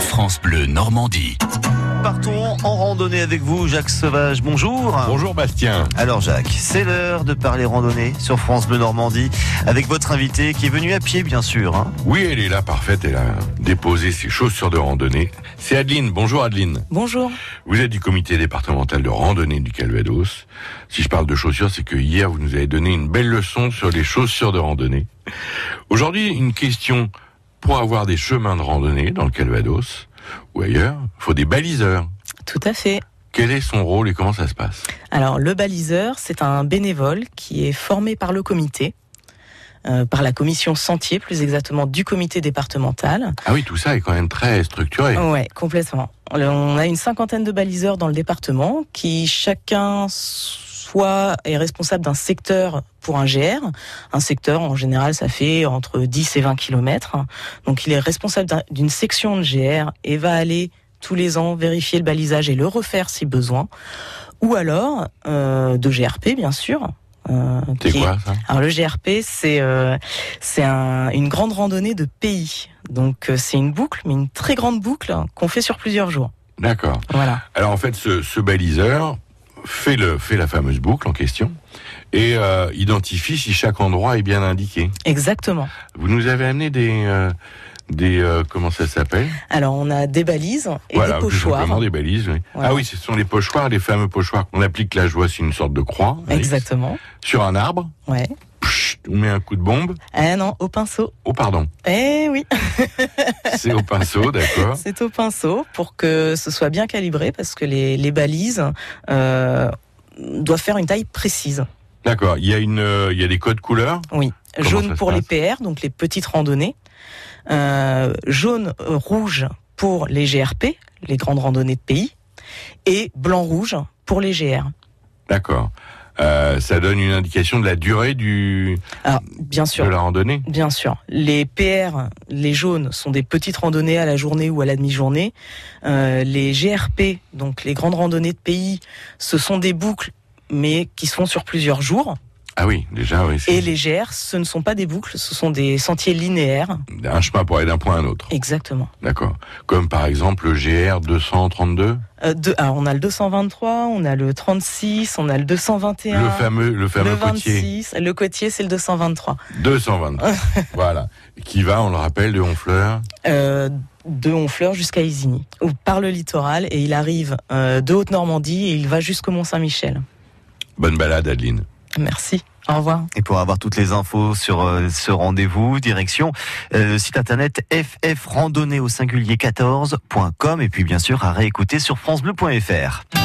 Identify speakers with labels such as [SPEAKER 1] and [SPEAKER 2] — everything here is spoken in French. [SPEAKER 1] France Bleu Normandie.
[SPEAKER 2] Partons en randonnée avec vous, Jacques Sauvage. Bonjour.
[SPEAKER 3] Bonjour Bastien.
[SPEAKER 2] Alors Jacques, c'est l'heure de parler randonnée sur France Bleu Normandie avec votre invité qui est venu à pied, bien sûr. hein.
[SPEAKER 3] Oui, elle est là, parfaite, elle a déposé ses chaussures de randonnée. C'est Adeline, bonjour Adeline.
[SPEAKER 4] Bonjour.
[SPEAKER 3] Vous êtes du comité départemental de randonnée du Calvados. Si je parle de chaussures, c'est que hier, vous nous avez donné une belle leçon sur les chaussures de randonnée. Aujourd'hui, une question pour avoir des chemins de randonnée dans le Calvados ou ailleurs, faut des baliseurs.
[SPEAKER 4] Tout à fait.
[SPEAKER 3] Quel est son rôle et comment ça se passe
[SPEAKER 4] Alors, le baliseur, c'est un bénévole qui est formé par le comité, euh, par la commission sentier, plus exactement du comité départemental.
[SPEAKER 3] Ah oui, tout ça est quand même très structuré.
[SPEAKER 4] Ouais, complètement. On a une cinquantaine de baliseurs dans le département qui chacun soit est responsable d'un secteur pour un GR. Un secteur, en général, ça fait entre 10 et 20 kilomètres. Donc, il est responsable d'un- d'une section de GR et va aller tous les ans vérifier le balisage et le refaire si besoin. Ou alors, euh, de GRP, bien sûr. euh,
[SPEAKER 3] C'est
[SPEAKER 4] qui est-
[SPEAKER 3] quoi ça
[SPEAKER 4] alors le GRP, c'est euh, c'est un- une grande randonnée de pays. Donc euh, c'est une boucle, mais une très grande boucle hein, qu'on fait sur plusieurs jours.
[SPEAKER 3] D'accord.
[SPEAKER 4] Voilà.
[SPEAKER 3] Alors en fait, ce, ce baliseur fait, le, fait la fameuse boucle en question et euh, identifie si chaque endroit est bien indiqué.
[SPEAKER 4] Exactement.
[SPEAKER 3] Vous nous avez amené des... euh, des euh, comment ça s'appelle
[SPEAKER 4] Alors on a des balises et des
[SPEAKER 3] tout
[SPEAKER 4] pochoirs.
[SPEAKER 3] simplement des balises. oui.
[SPEAKER 4] Voilà.
[SPEAKER 3] Ah oui, ce sont les pochoirs, les fameux pochoirs. On applique la joie, c'est une sorte de croix. un X,
[SPEAKER 4] Exactement.
[SPEAKER 3] Sur un arbre,
[SPEAKER 4] Ouais.
[SPEAKER 3] Pchut, on met un coup de bombe.
[SPEAKER 4] Ah non, au pinceau.
[SPEAKER 3] Oh pardon,
[SPEAKER 4] Eh oui,
[SPEAKER 3] c'est au pinceau, d'accord.
[SPEAKER 4] c'est au pinceau pour que ce soit bien calibré parce que les, les balises euh, doivent faire une taille précise.
[SPEAKER 3] D'accord. Il y a une, euh, il y a des codes couleurs. Comment ça
[SPEAKER 4] jaune
[SPEAKER 3] se
[SPEAKER 4] pour les
[SPEAKER 3] passe
[SPEAKER 4] PR, donc les petites randonnées, euh, jaune euh, rouge pour les GRP, les grandes randonnées de pays, et blanc rouge pour les GR.
[SPEAKER 3] D'accord. Euh, ça donne une indication de la durée du
[SPEAKER 4] Alors Ah, bien
[SPEAKER 3] de
[SPEAKER 4] sûr,
[SPEAKER 3] la randonnée.
[SPEAKER 4] bien sûr, les PR, les jaunes sont des petites randonnées à la journée ou à la demi-journée. Euh, les GRP, donc les grandes randonnées de pays, ce sont des boucles mais qui sont sur plusieurs jours.
[SPEAKER 3] Ah oui, déjà oui. c'est-
[SPEAKER 4] Et les GR, ce ne sont pas des boucles, ce sont des sentiers linéaires.
[SPEAKER 3] un chemin pour aller d'un point à un autre.
[SPEAKER 4] Exactement.
[SPEAKER 3] D'accord. Comme par exemple le GR 232,
[SPEAKER 4] Euh, deux- alors on a le 223, on a le 36, on a le 221.
[SPEAKER 3] le fameux, le fameux
[SPEAKER 4] le
[SPEAKER 3] côtier
[SPEAKER 4] 26, le côtier, c'est le 223.
[SPEAKER 3] 223. voilà. Qui va, on le rappelle, de Honfleur.
[SPEAKER 4] Euh, de Honfleur jusqu'à Isigny, ou par le littoral, et il arrive euh, de Haute-Normandie et il va jusqu'au Mont-Saint-Michel.
[SPEAKER 3] Bonne balade, Adeline.
[SPEAKER 4] Merci. Au revoir.
[SPEAKER 2] Et pour avoir toutes les infos sur euh, ce rendez-vous, direction euh, le site internet ffrandonnée au singulier 14.com et puis bien sûr à réécouter sur francebleu.fr.